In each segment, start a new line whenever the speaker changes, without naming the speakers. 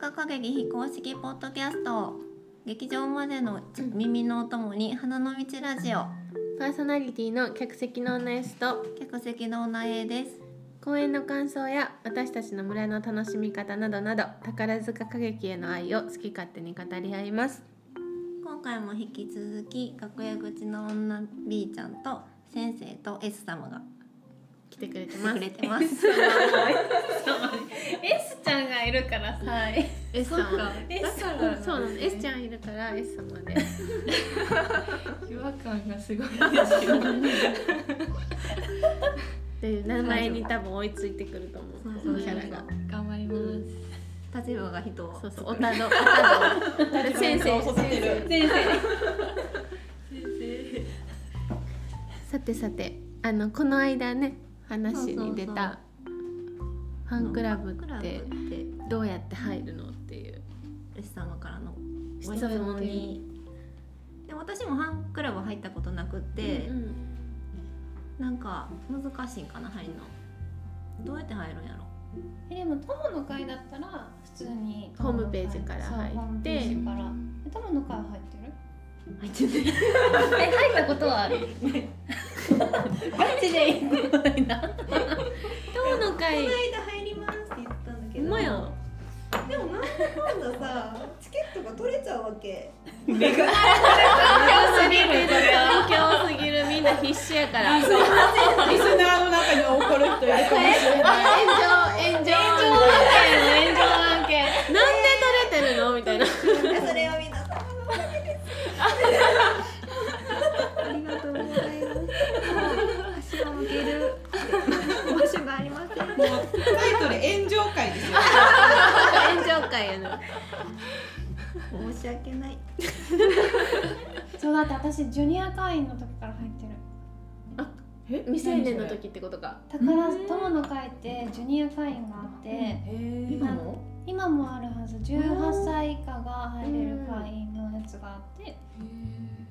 化影に非公式ポッドキャスト劇場までの耳のお供に花の道ラジオ
パーソナリティの客席の女 S と
客席の女 A です
公演の感想や私たちの村の楽しみ方などなど宝塚歌劇への愛を好き勝手に語り合います
今回も引き続き楽屋口の女 B ちゃんと先生と S 様が
来てくれて
来
ま
てくれ
す
てます。
S ちゃんがいるからさ、
S 様
そうか
S
だ
様
からなんですね
そうなの S ちゃんいるから S 様で
違和感がすごいですよね。
っていう名前に多分追いついてくると思うこのキャラが
頑張ります。
立場が人を
そうそうおたどおたど先生
先
さてさてあのこの間ね話に出たファンクラブ
クラ
っ
ブってて
どうやって入るのっていう
S 様からの
質
ご
問
質問
に
に。で私もファンクラブ入ったことなくて、
うんうん
なんか難しいんかな入るの。どうやって入るんやろ。
生。でも友の会だったら普通に
ホームページから入って
そうホームページから。え友の会は入ってる？
入ってない。
え入ったことはある。ガチでいいことないな。
今日の会
この間入りますって言ったんだけど
ほんまや
でもなんだかんださチケットが取れちゃうわ け
強すぎるこれは。
勉強すぎるみんな必死やから炎
リスナーの中には怒る人いるかもしれない。
上炎上
炎上案件炎上案件。
なんで取れてるのみたいな
それは皆様のおかげですありがとうございます足を向ける場所がありません
もうタイトル炎上会ですよ。
炎上会やな
申し訳ない
そうだって私ジュニア会員の時から入ってる。
未成年の時ってことか
宝友の会ってジュニア会員があって。
今も？
今もあるはず18歳以下が入れる会員のやつがあって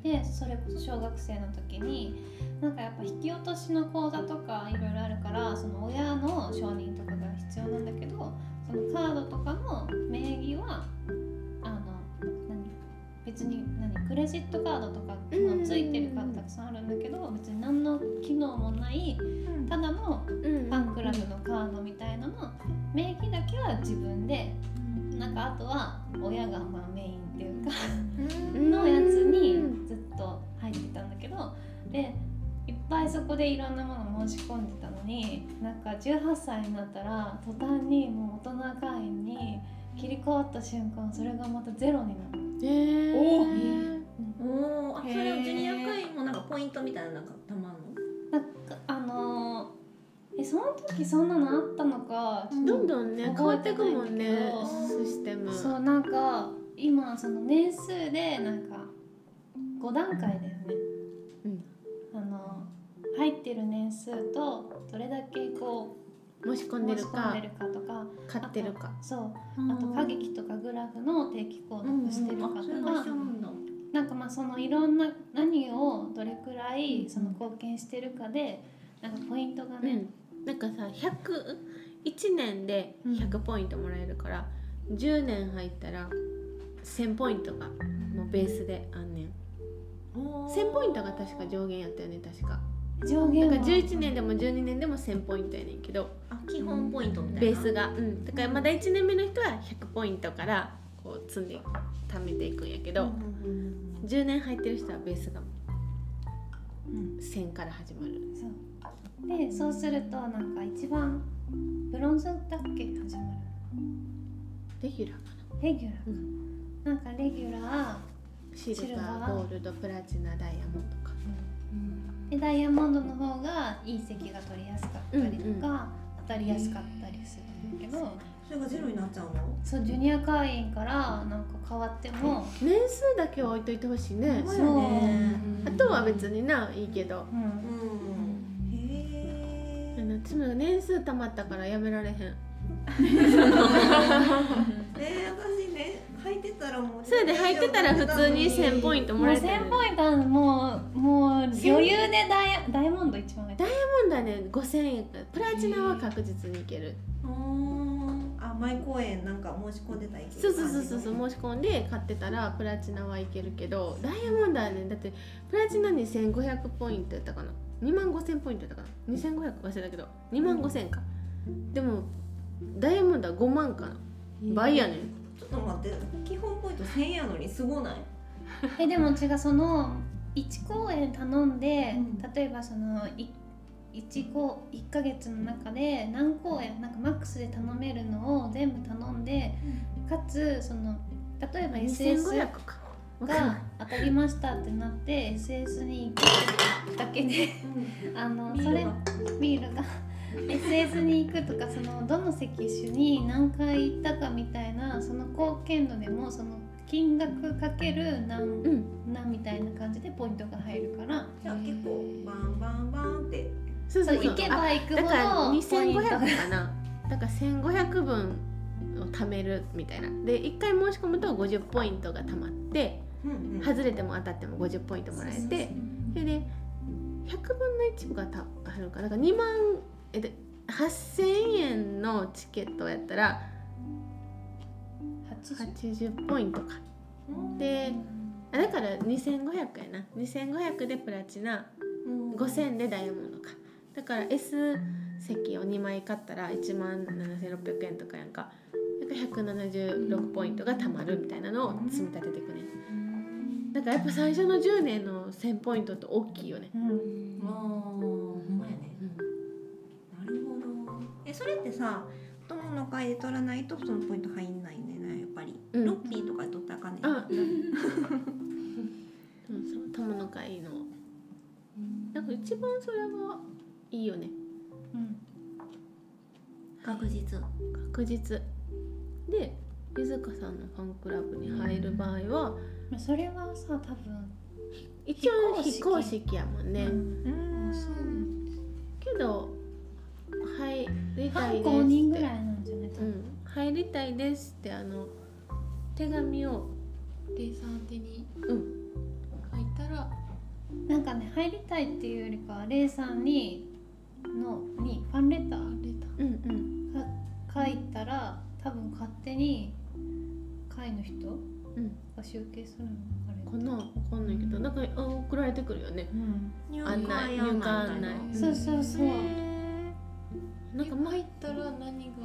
でそれこそ小学生の時になんかやっぱ引き落としの口座とかいろいろあるからその親の承認とかが必要なんだけどそのカードとかの名義はあの何別に何クレジットカードとか
うんうんう
の
ん
ついてるカードたくさんあるんだけど別に何の機能もないただの
フ
ファンクラブのカードみたいなの名義だけは自分でなんかあとは親がまあメインっていうかのやつにずっと入ってたんだけどでいっぱいそこでいろんなもの申し込んでたのになんか18歳になったら途端にもう大人会員に切り替わった瞬間それがまたゼロになる。
えー
お
おお、あそ
へー
れはジュニア会員もなんかポイントみたいななんかたまんの
なんかあのーえその時そんなのあったのかちょっと
どんどんね変わってくもんね
覚えてないんだけど
システム
そうなんか今その年数でなんか5段階だよね、
うん
あの入ってる年数とどれだけこ
申し込
うん
で
申
る
し込ん
か
でるかとか
買ってるか
そうあと歌劇とかグラフの定期購読してるかとか、
あそれが一緒なんだ
なんかまあそのいろんな何をどれくらいその貢献してるかでなんかポイントが
う
ね、
んなんかさ101年で100ポイントもらえるから、10年入ったら1000ポイントがもうベースであんねん1000ポイントが確か上限やったよね確か
上限
だか
は
ら11年でも12年でも1000ポイントやねんけど
あ基本ポイントみた
ベ
い
ー
な
スが、うん、だからまだ1年目の人は100ポイントからこう積んで貯めていくんやけど、10年入ってる人はベースが
うん
1000から始まる
そうでそうするとなんか一番ブロンズだっけ始まる
レギュラーか
レギュラーか、
う
なんかレギュラ
なシル
シル
バー
バー
ゴールドプラチナダイヤモンドか
ーでダイヤモンドの方がいい席が取りやすかったりとか、
うんうん
当たりやすかったりするんだけど、
それがゼロになっちゃうの
そうジュニア会員からなんか変わっても、
年数だけは置いといてほしいね
そうよね
あとは別にないいけど
うん
うんへえ
私も年数たまったからやめられへん
え私ね履いてたらもう
それで入ってたら普通に1000ポイントも
もう
らえてる
1000ポイントあるもうもう余裕でダイヤダイヤモンド一番上
ダイヤモンドはね5000円プラチナは確実にいける
ああ前公演なんか申し込んでたらいけ
そうそうそうそう
う
そう申し込んで買ってたらプラチナはいけるけどダイヤモンドはねだってプラチナ2500ポイントやったかな2万5000ポイントやったかな2500忘れたけど2万5000かでもダイヤモンドは5万かな倍やねん
ちょっと待って基本ポイント1000円やのにすごない
えでも違うその1公演頼んで、
うん
例えばそのい一公1ヶ月の中で何公演なんかマックスで頼めるのを全部頼んで、かつその例えば SS
2500かわかんない
が当たりましたってなって SS に行くだけであのそれビールが SS に行くとかそのどの席種に何回行ったかみたいなその貢献度でもその金額かける何、
うん
なみたいな感じでポイントが入るから
じゃあ結構バンバンバンって
そう
そう行けば行くほ
だから
どポイントが
2500かなだから1500分を貯めるみたいなで1回申し込むと50ポイントが貯まって
うんうん
外れても当たっても50ポイントもらえてそれで100分の1がたあるのかだから2万えで8000円のチケットやったら
80
80ポイントかであだから2500やな2500でプラチナ
うん
5000でダイヤモンドかだから S 席を2枚買ったら1万7600円とかやんかだから176ポイントが貯まるみたいなのを積み立てていくねだからやっぱ最初の10年の1000ポイントって大きいよね、
あーほんまやねなるほどえそれってさ友の会で取らないとそのポイント入んないんだよねやっぱり、
うん
ロッピーとかで取ったらあかんねん
あ、 うん、そう友の会のなんか一番それがいいよね
確実
確実でゆずかさんのファンクラブに入る場合は
まあそれはさ多分
一応非
非
公
公式
式やもんね、
うん
けど入りたいですって
半公認ぐらいなんじゃない多
う
分
ん入りたいですってあの手紙を
レイさん宛てに
うん
書いたら
なんかね入りたいっていうよりかはレイさんにのにファンレター
レタ
うんうん
書いたら多分勝手に会の人が集計するのあ
かなわ
れ
かんないけどなんかあ送られてくるよね
うん
入
案内入会案内
み
そうそうそう
なんか
ー
ま
入ったら何が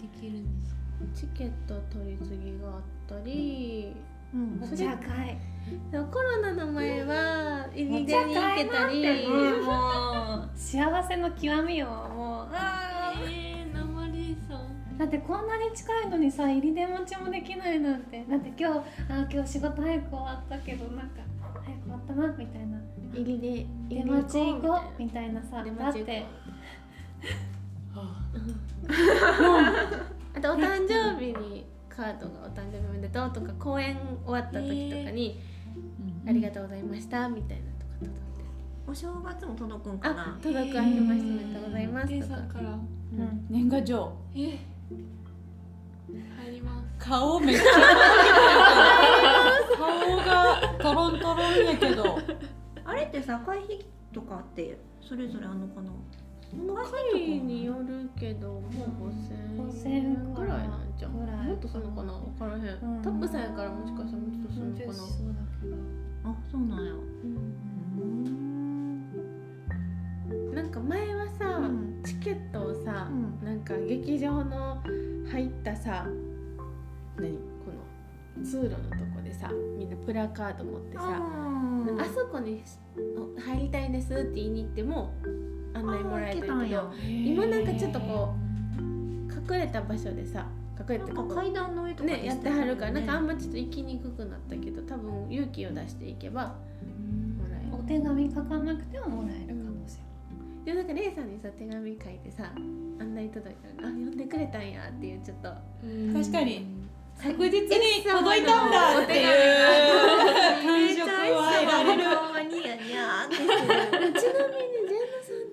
できるんですか
チケット取り次ぎがあったり
うん
それ
お茶会
コロナの前は入り出に行けたり
うんもう幸せの極みよもうあー
えー、生レイさん
だってこんなに近いのにさ入り出待ちもできないなんてだって今日あー今日仕事早く終わったけどなんか早く終わったなみたいな
入りで
出待ち行こう
み
みたいなさ
たい
だ
な
っ
出待ち行
て
こうあとお誕生日にカードが「お誕生日おめでとう」とか公演終わった時とかに「ありがとうございました」みたいなとか届いて
お正月も届くんか
あ
な
届くありましたおめでとうございま
レイ
すと
さん
か
から
うん
年賀状
えー、入ります
顔めっちゃ顔がトロントロンやけど
あれってさ会費とかってそれぞれあんのかな
会によるけどもう5000
5000
円ぐらいなんじゃん
ぐらい
もっとすんのかな分からへん、
うん
タップさんやからもしかしたらもっとすんのかな、
そうだけど
あそうなんや
なんか前はさ、
うん
チケットをさ、
うん
なんか劇場の入ったさ何この通路のとこでさみんなプラカード持って
あ
さ
ー
あそこにお入りたいですって言いに行っても案内もらえ
あー
た
来
け
たんや
ど今なんかちょっとこう隠れた場所でさ隠れ
な
て
んか階段の上とか
ねやってはるから、なんかあん
ま
まちょっと行きにくくなったけど多分勇気を出していけばもらえ
お手紙書かなくてももらえる可能性
るでもなんかレイさんにさ手紙書いてさ案内届いたらあ呼んでくれたんやっていうちょっと
確かに
確実
に届いたんだっていう感触は得られる
ほんまにやにゃーってする
ちなみにジェンナさんっ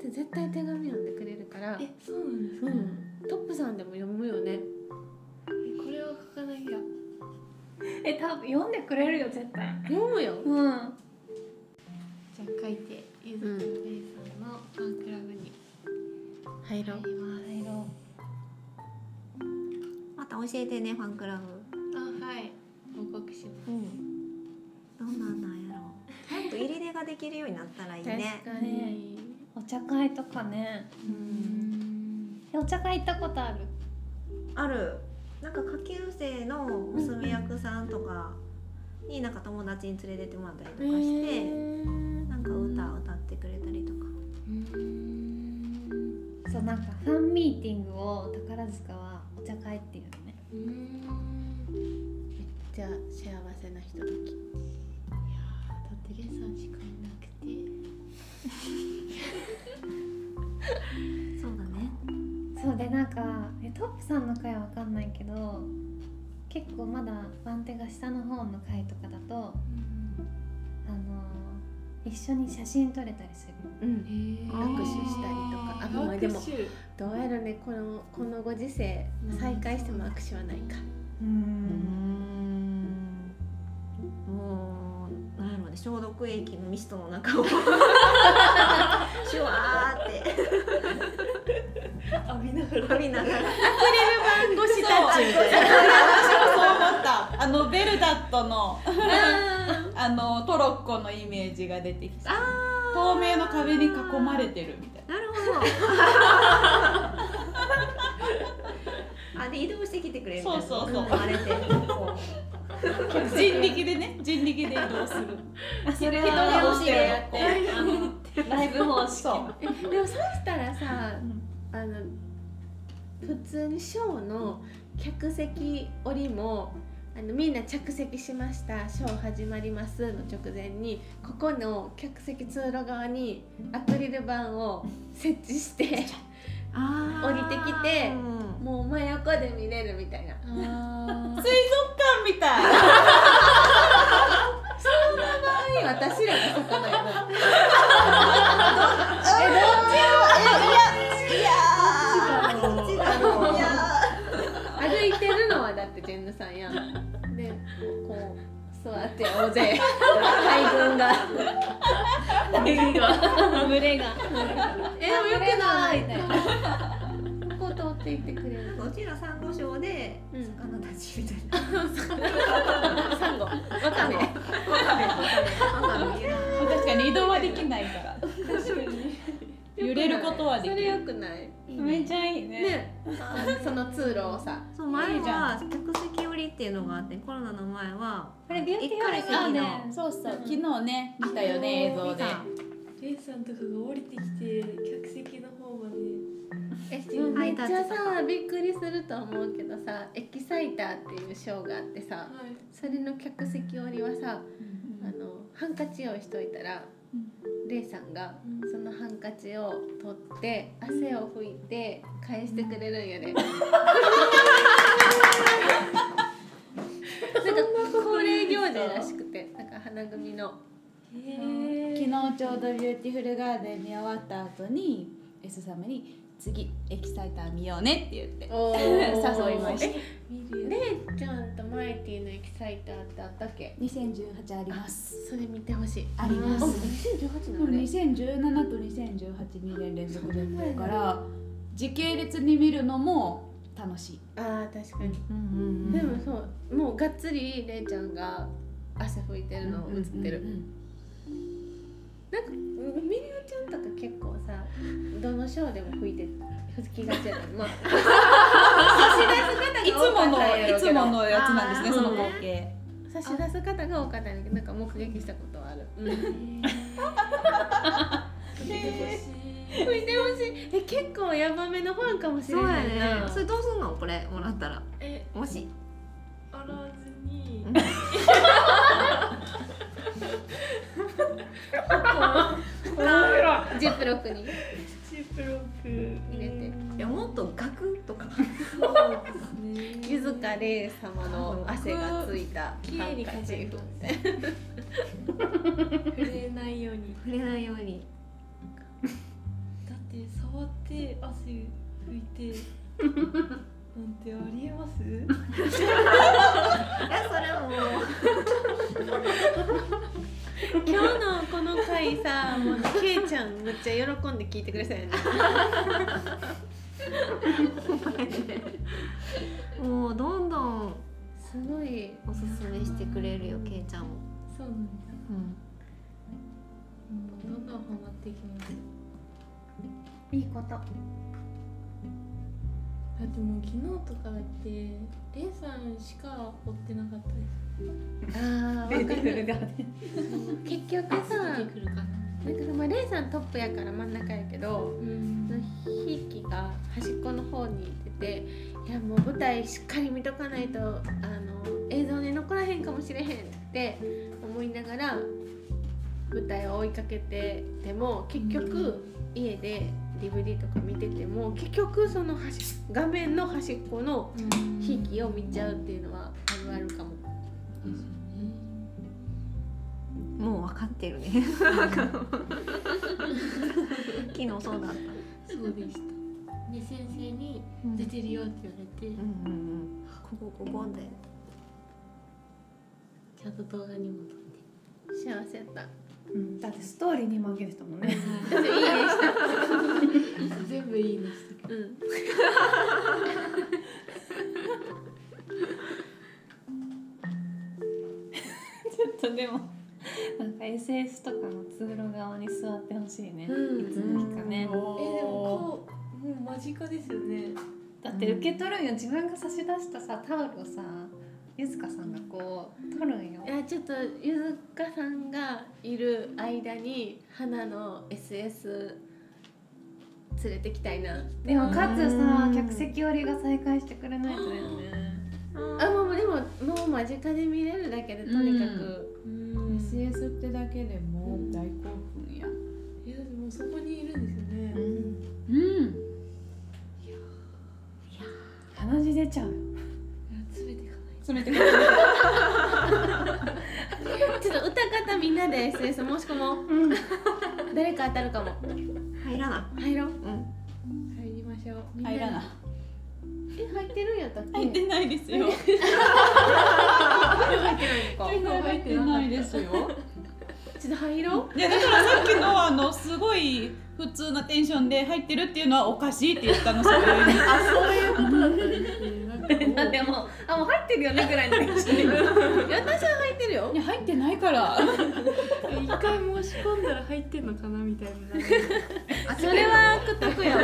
て絶対手紙読んでくれるから
えそうなんです
う
か、
んトップさんでも読むよね
えこれは書かなきゃ
え多分読んでくれるよ絶対
読むよ
うん
じゃあ書いてゆずきレイさんのファンクラブに
入ろう
入ります、
入ろ
教えてねファンクラブ
あはい報告しま
うんどうなんなんやろうもっと入り出ができるようになったらいいね
確かに、
お茶会とかねえお茶会行ったことある
あるなんか下級生の娘役さんとかになんか友達に連れてってもらったりとかして、なんか歌を歌ってくれたりとか
そうなんかファンミーティングを宝塚はお茶会っていうのね
めっちゃ幸せな人だ
いやーだってレッサンしかいなくて
そうだね
そうでなんかえトップさんの回は分かんないけど結構まだ番手が下の方の回とかだと、あのー一緒に写真撮れたりする
うん
え
握手したりとかあまあでも
握手
どうやらねこのこのご時世再会しても握手はないか
うんもうなんやろうね消毒液のミストの中をシュワーって
浴びながら
浴びながら
看護
そう私もそう思ったあのベルダットのあのトロッコのイメージが出てきた透明の壁に囲まれてるみたい
なるほどあで移動してきてくれるみたいな
そうそうそう
生まれてこう
な人力でね人力で移動する
あそれ
人が
は
押してるのこう
あの
ライブ方式
そう
でもそうしたらさ
ん
あの普通にショーの客席折りもあのみんな着席しましたショー始まりますの直前にここの客席通路側にアクリル板を設置して
あー
降りてきて
うん
もう真横で見れるみたいな
水族館みたい
私らがそこ だよな
いや
歩いてるのはだってジェンヌさんやんでこう座って大勢大軍が
群れが
えでもよくないみたいなこう通っていってくれる
ーうちら珊瑚礁で
うん
魚たちみたいな
サンゴわかめ
魚見えない
確かに移動はできないから揺れることはでき
それよ
る
くない
めっちゃいいね
ねその通路をさ
そう前は客席寄りっていうのがあってコロナの前は
これビューティーワールド
一
だ
回
ね
そうそう昨日ね見たよね映像で
レッサンとかが降りてきて客席の方まで
え
うん
めっちゃさびっくりすると思うけどさエキサイターっていうショーがあってさ
はい
それの客席折りはさあのハンカチ用意しといたら、レイさんが
うん
そのハンカチを取って汗を拭いて返してくれるんやね。なんか恒例行事らしくて、なんか花組の。
昨日ちょうどビューティフルガーデン見終わった後に S 様に「次エキサイター見ようね」って言って
お
誘いました
見る
レイちゃんとマイティのエキサイターってあったっけ？
2018あります
それ見てほしい。
ありま
あ、
す
2018
こ
なの
れ
ね。
2017と20182年連続で見てるから時系列に見るのも楽しい
ああ、確かに。
うん
でもそう、もうがっつりレイちゃんが汗拭いてるの映ってる。なんかみりおちゃんとか結構さどのショーでも吹いて吹きがちやなまあ差し出
いつ
す方
も
が多かったんやろ
のいうつ
けど
ものやつなんですね
あー
その光景
差し出す方が多かったんやけどなんか目撃したことはある、うん、 吹
見てほしい
いてほしいえ結構ヤバめのファンかもし
そ
れ
うや
ない
ね
な
それどうすんのこれもらったら
え
もし
洗わずに
うん
ジップロックに入
チープロック
れて
いやもっとガクとか
そうですね
ゆずかれい様の汗がついた
綺麗に
ハンカチ
飾ります触れないように
触れないように
だって触って汗拭いてなんてありえます
いやそれはもう
今日のこの回さもうけいちゃんむっちゃ喜んで聞いてくれたよね
もうどんどん
すごい
おすすめしてくれるよけいちゃんも、
そうなんですもうどんどんハマっていきます
いいこと
だってもう昨日とかだってレイさんしか追ってなかったです
あーわかる
が
結局さな
出
ん
てくるかな
かまあレイさんトップやから真ん中やけど
うん
ひいきが端っこの方にいてていやもう舞台しっかり見とかないとあの映像に残らへんかもしれへんって思いながら舞台を追いかけてでも結局家で DVD とか見てても結局その端画面の端っこのひいきを見ちゃうっていうのはあるあるかも。
ですよね
もう分かってるね昨日そうだった、
そうでした。で先生に出てるよって言われ
う
て
ん、うんうん、ここここで
ちゃんと動画に戻って。
幸せやった。
うんだってストーリーに負けてたもんね
いいでした。
全部いいでし
うん。
ちょっとでもなんか SS とかの通路側に座ってほしいね、
うん
いつの日かね、
た。えでもこうもう間近ですよね。
だって受け取るんよ自分が差し出したさタオルをさゆずかさんがこう取るんよ
いやちょっとゆずかさんがいる間に花の SS 連れてきたいな
でもかつ
う
さ
ん
客席寄りが再開してくれないとだよね
あもうでももう間近で見れるだけでとにかく、
うん。
SS ってだけでもう大興奮や
えだってもうそこにいるんですよね。
うん
鼻血出ちゃうよ
詰めていかない
詰めてくれる
ちょっと歌方みんなで SS 申し込もう、誰か当たるかも
入らな
入ろう
い、うん、
と。入りましょう。みんな
入らない
え入ってるんやったっけ
入ってないですよ
入ってないのか。
入ってないですよ
ちょっと入ろう
いやだからさっきのあのすごい普通なテンションで入ってるっていうのはおかし いって言ったのそれに
あそういうことだったんですね。な んかもう
で もあもう入ってるよねぐらいのテンション
いや私は入ってるよ
いや入ってないから
一回申し込んだら入ってんのかなみたいな。
それは悪徳やわ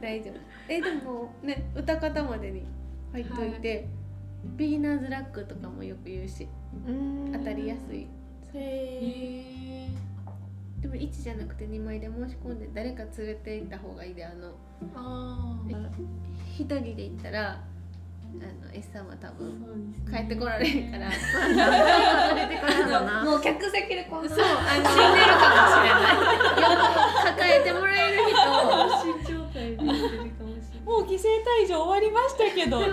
大丈夫えでもね歌方までに入っといて、ビギナーズラックとかもよく言うし当たりやすい
へー
でも1じゃなくて2枚で申し込んで誰か連れて行った方がいいであの
ああ。
1人で行ったらあの S さんは多分
そうです
帰ってこられへん から
連れてかれるのな
もう客席でこう
そうあの死んでるかもしれない抱えてもらえる 人を
新状態で言ってるかもしれない。
もう規制退場終わりましたけど早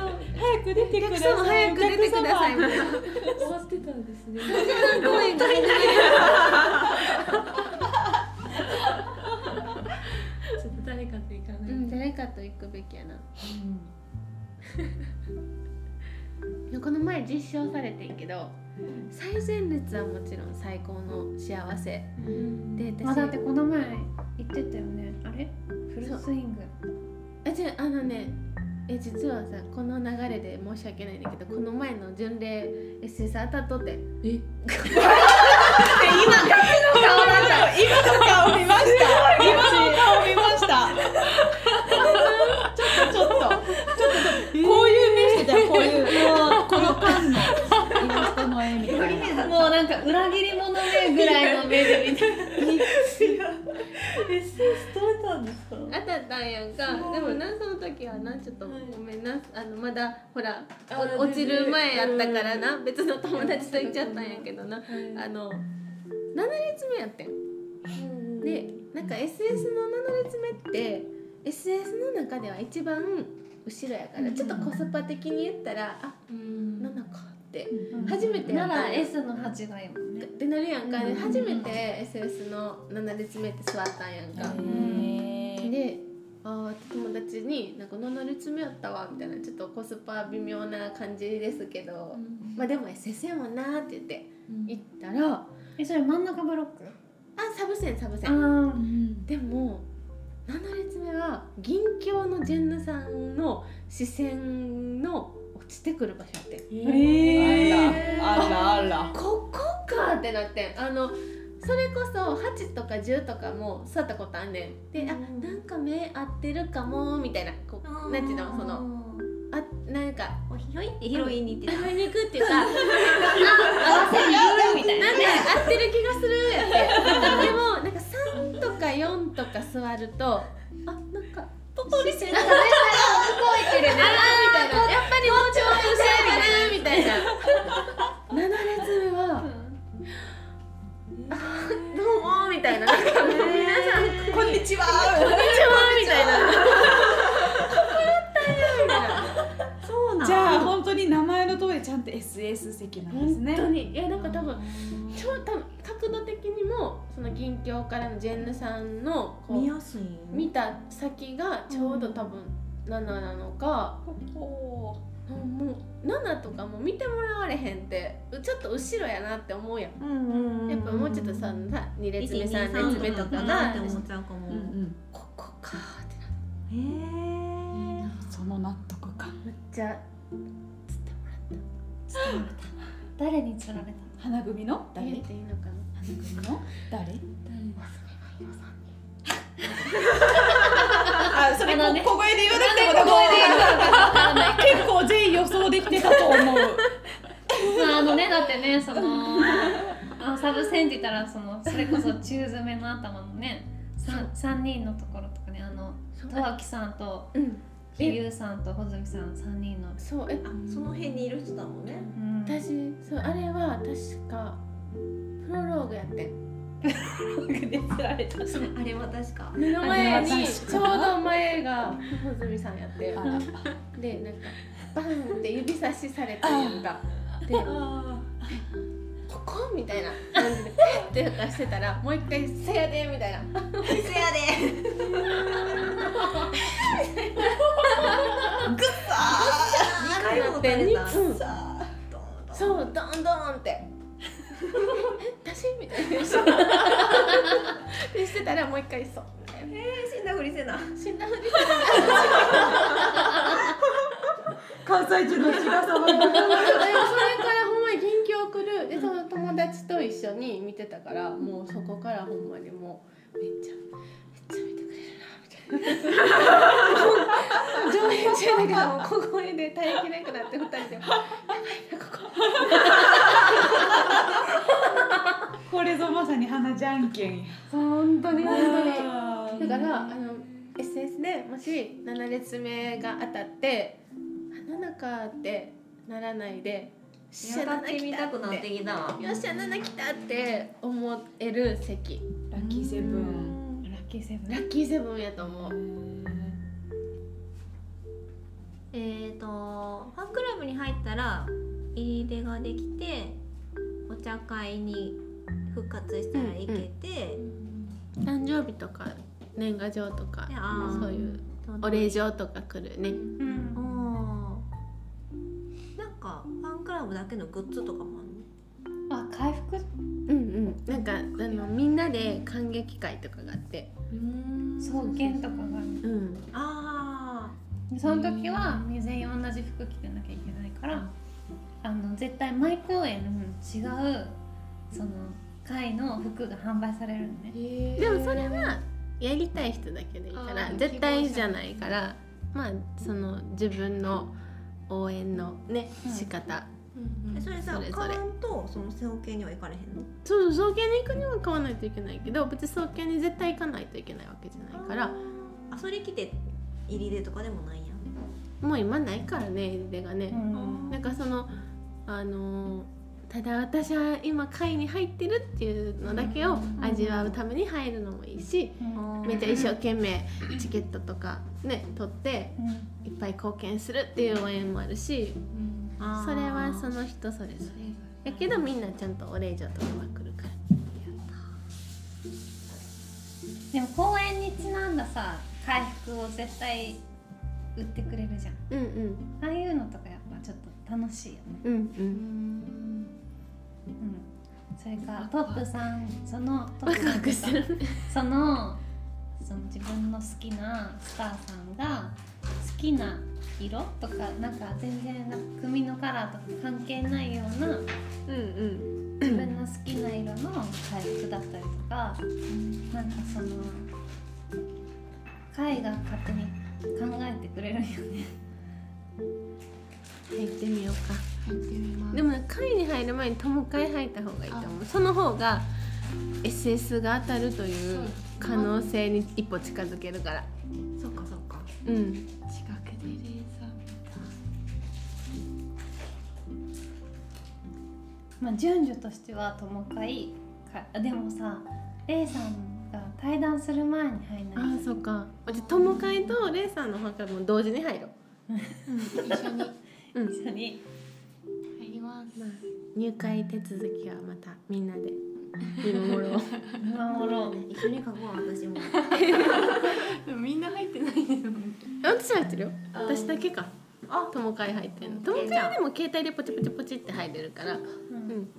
く出て
お
くだ
客
さい
様早く出てくだ さいみたいな
終わってたんですね。
公園が始まる
ちょっと誰かと行かな
うん、
いと。
誰かと行くべきやな。この前実証されてんけど、最前列はもちろん最高の幸せ
うん
で、私
あだってこの前言ってたよねあれフルスイング
あじゃあのね、え実はさこの流れで申し訳ないんだけど、この前の巡礼 SS 当たっとって。
え
変わらない。
今の顔見ました今の顔見ましたちょっとちょっとちょっとこういう目してたよこう いうこのパンのイラストの絵みたいな
もうなんか裏切り者目ぐらいの目で見て
取れたんですか。
当たったんやんか。でもなその時はなちょっとごめんな、あのまだほらお落ちる前やったからな、別の友達と行っちゃったんやけどな。あの7列目やってんでなんか SS の7列目って SS の中では一番後ろやからちょっとコスパ的に言ったら「あ
うん。
7か」って初めてや
な
ったんや
ら S の8がいいもんね
ってなるやんかで
うん
初めて SS の7列目って座ったんやんかであー友達に「なんか7列目やったわ」みたいなちょっとコスパ微妙な感じですけど「まあでも SS やもんな」って言って行ったら「あ
えそれ真ん中ブロック
サブ戦サブ戦」
あ
でも7列目は銀鏡のジェンヌさんの視線の落ちてくる場所やってん
えー、あらあら
ここかってなってんあのそれこそ8とか10とかも座ったことあんねんで、あ
うん
なんか目合ってるかもみたいなこうなんていうのそのあなんか
おひょいってヒロインにって
食べに行くっていうかあ
合わせに行くみたいな
なんで合ってる気がするってでもなんか3とか4とか座るとあなんか
トトリス
なんか
動いてるね
あーみたいなやっぱりもうちょい後ろかなみたいな7列目はどうもみたいななんかもう皆さんこ
こんにちは
んにちはみたいなここやったよみたいな
そうなん
じゃあ本当に名前の通りちゃんと SS 席なんです
本当
ね
にいやなんか多分超多分角度的にもその銀鏡からのジェンヌさんのこ
見
う
やすい
見た先がちょうど多分7なのか、
お
もう7とかも見てもらわれへんってちょっと後ろやなって思うやん
うんうんうん
やっぱもうちょっとさ2列目
123
3列目とか
な
が
って思っちゃうかも
ーうんうん
ここかーってな
へえ
その納得感
めっちゃつってもらった
誰に釣られた
花組の誰
言っていいのかな
花組の誰あそれ
あの
こ
ね
小声で言わなくても
小声で言わ
結構全員予想できてたと思う
まああのねだってねそのあサブ戦時たらそのそれこそ中詰めの頭のね 3, 三人のところとかねあの
そう
戸脇さんと
うん
ゆうさんと穂積さん3人の、
そうえ
あその辺にいる人だもんね
うん、
私そうあれは確かプロローグやってん
で釣られた
あれは確 か
目の前に
あれは確か
ちょうど前が穂積さんやって
あら
でなんかバンって指差しされたやんかでここみたいな感じでペッてなんかしてたらもう一回「せやで」みたいな
せやで2回も打たれた
うん
ドンドン
そうドンドンって「え私?」みたいなでしてたらもう一回「そう」みたいな
えー死んだふりせな
死んだふり
関西人の白様が
でもそれからほんまに元気を送るでその友達と一緒に見てたからもうそこからほんまにもうめっちゃめっちゃ見てくれるなみたいな上演中だからもう小声で耐えきれなくなって二人で「やばいなここ」
これぞまさに花じゃんけんや
本当に本
あ
当にだからあの SS でもし7列目が当たって「あ7か」ってならないで「し
当たってみたくなってきたわ
よっしゃ7来たって思える席
ラッキーセブン
ラッキーセブン
ラッキーセブンやと思う
えー、とファンクラブに入ったら入り出ができてお茶会に復活したら行けて、
誕生日とか年賀状とか
であー
そういう
と
お礼状とか来るね
うん
おーなんかファンクラブだけのグッズとかもあるね
あ回
う
復
んうんなんかあのみんなで感激会とかがあって
草原とかがある
うん
あ
その時は全員同じ服着てなきゃいけないからあの絶対毎公演違うその会の服が販売されるのね
でもそれはやりたい人だけでいいから
あー
絶対じゃないからまあその自分の応援のね
うん
仕方、
ーえそれさ
それそれ
カバンとその背負系には行かれへんの
そうそう早計に行くには買わないといけないけど別に早計に絶対行かないといけないわけじゃないから
あそれ来て入り出とかでもないやん
もう今ないからね出がね、
うん
なんかそのあのーただ私は今会に入ってるっていうのだけを味わうために入るのもいいし
うん
めっちゃ一生懸命チケットとかね取って
う
い
ん
っぱい貢献するっていう応援もあるし
あー
それはその人それぞれやけどみんなちゃんとお礼状とかは来るから
でも公演にちなんださ回復を絶対売ってくれるじゃん
うんうん
ああいうのとかやっぱちょっと楽しいよね
うんうん
うんそれからトップさんそのト
ワ
ップ
ク
さ
ワ
んと
ク
か
する
そのその自分の好きなスターさんが好きな色とかなんか全然なんか組のカラーとか関係ないような
うんうん
自分の好きな色の回復だったりとかなんかその絵が勝手に考えてくれるんよね。
入ってみようか
入ってみます
でもね会に入る前に友会入った方がいいと思うその方が SS が当たるという
そう
可能性に一歩近づけるから
そっかそっか
うん
近くでレーザー
まあ順序としては友会かあでもさレイさんが対談する前に入ん
あ
ない
あそっかじゃあ友会とレイさんの方からも同時に入ろう
一緒に
うん
一緒に
入ります
まあ入会手続きはまたみんなで見守ろう
見守ろう。
一緒に書こう私も
でもみんな入ってないですもん
私入ってるよ
あー
私だけか
あ
友会入ってんの
友会
友会
じゃん
でも携帯でポチポチポチって入れるから
うん
うん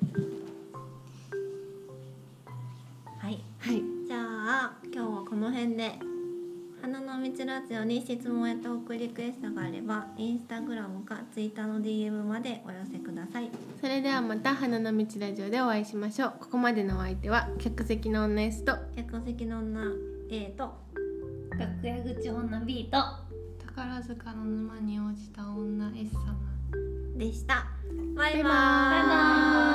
はい
はい
じゃあ今日はこの辺で花の道ラジオに質問やトークリクエストがあればインスタグラムかツイッターの DM までお寄せください
それではまた花の道ラジオでお会いしましょうここまでのお相手は客席の女 S と
客席の女 A と
楽屋口女 B と
宝塚の沼に落ちた女 S 様
でしたバイババイ
バイバーイ
バーイ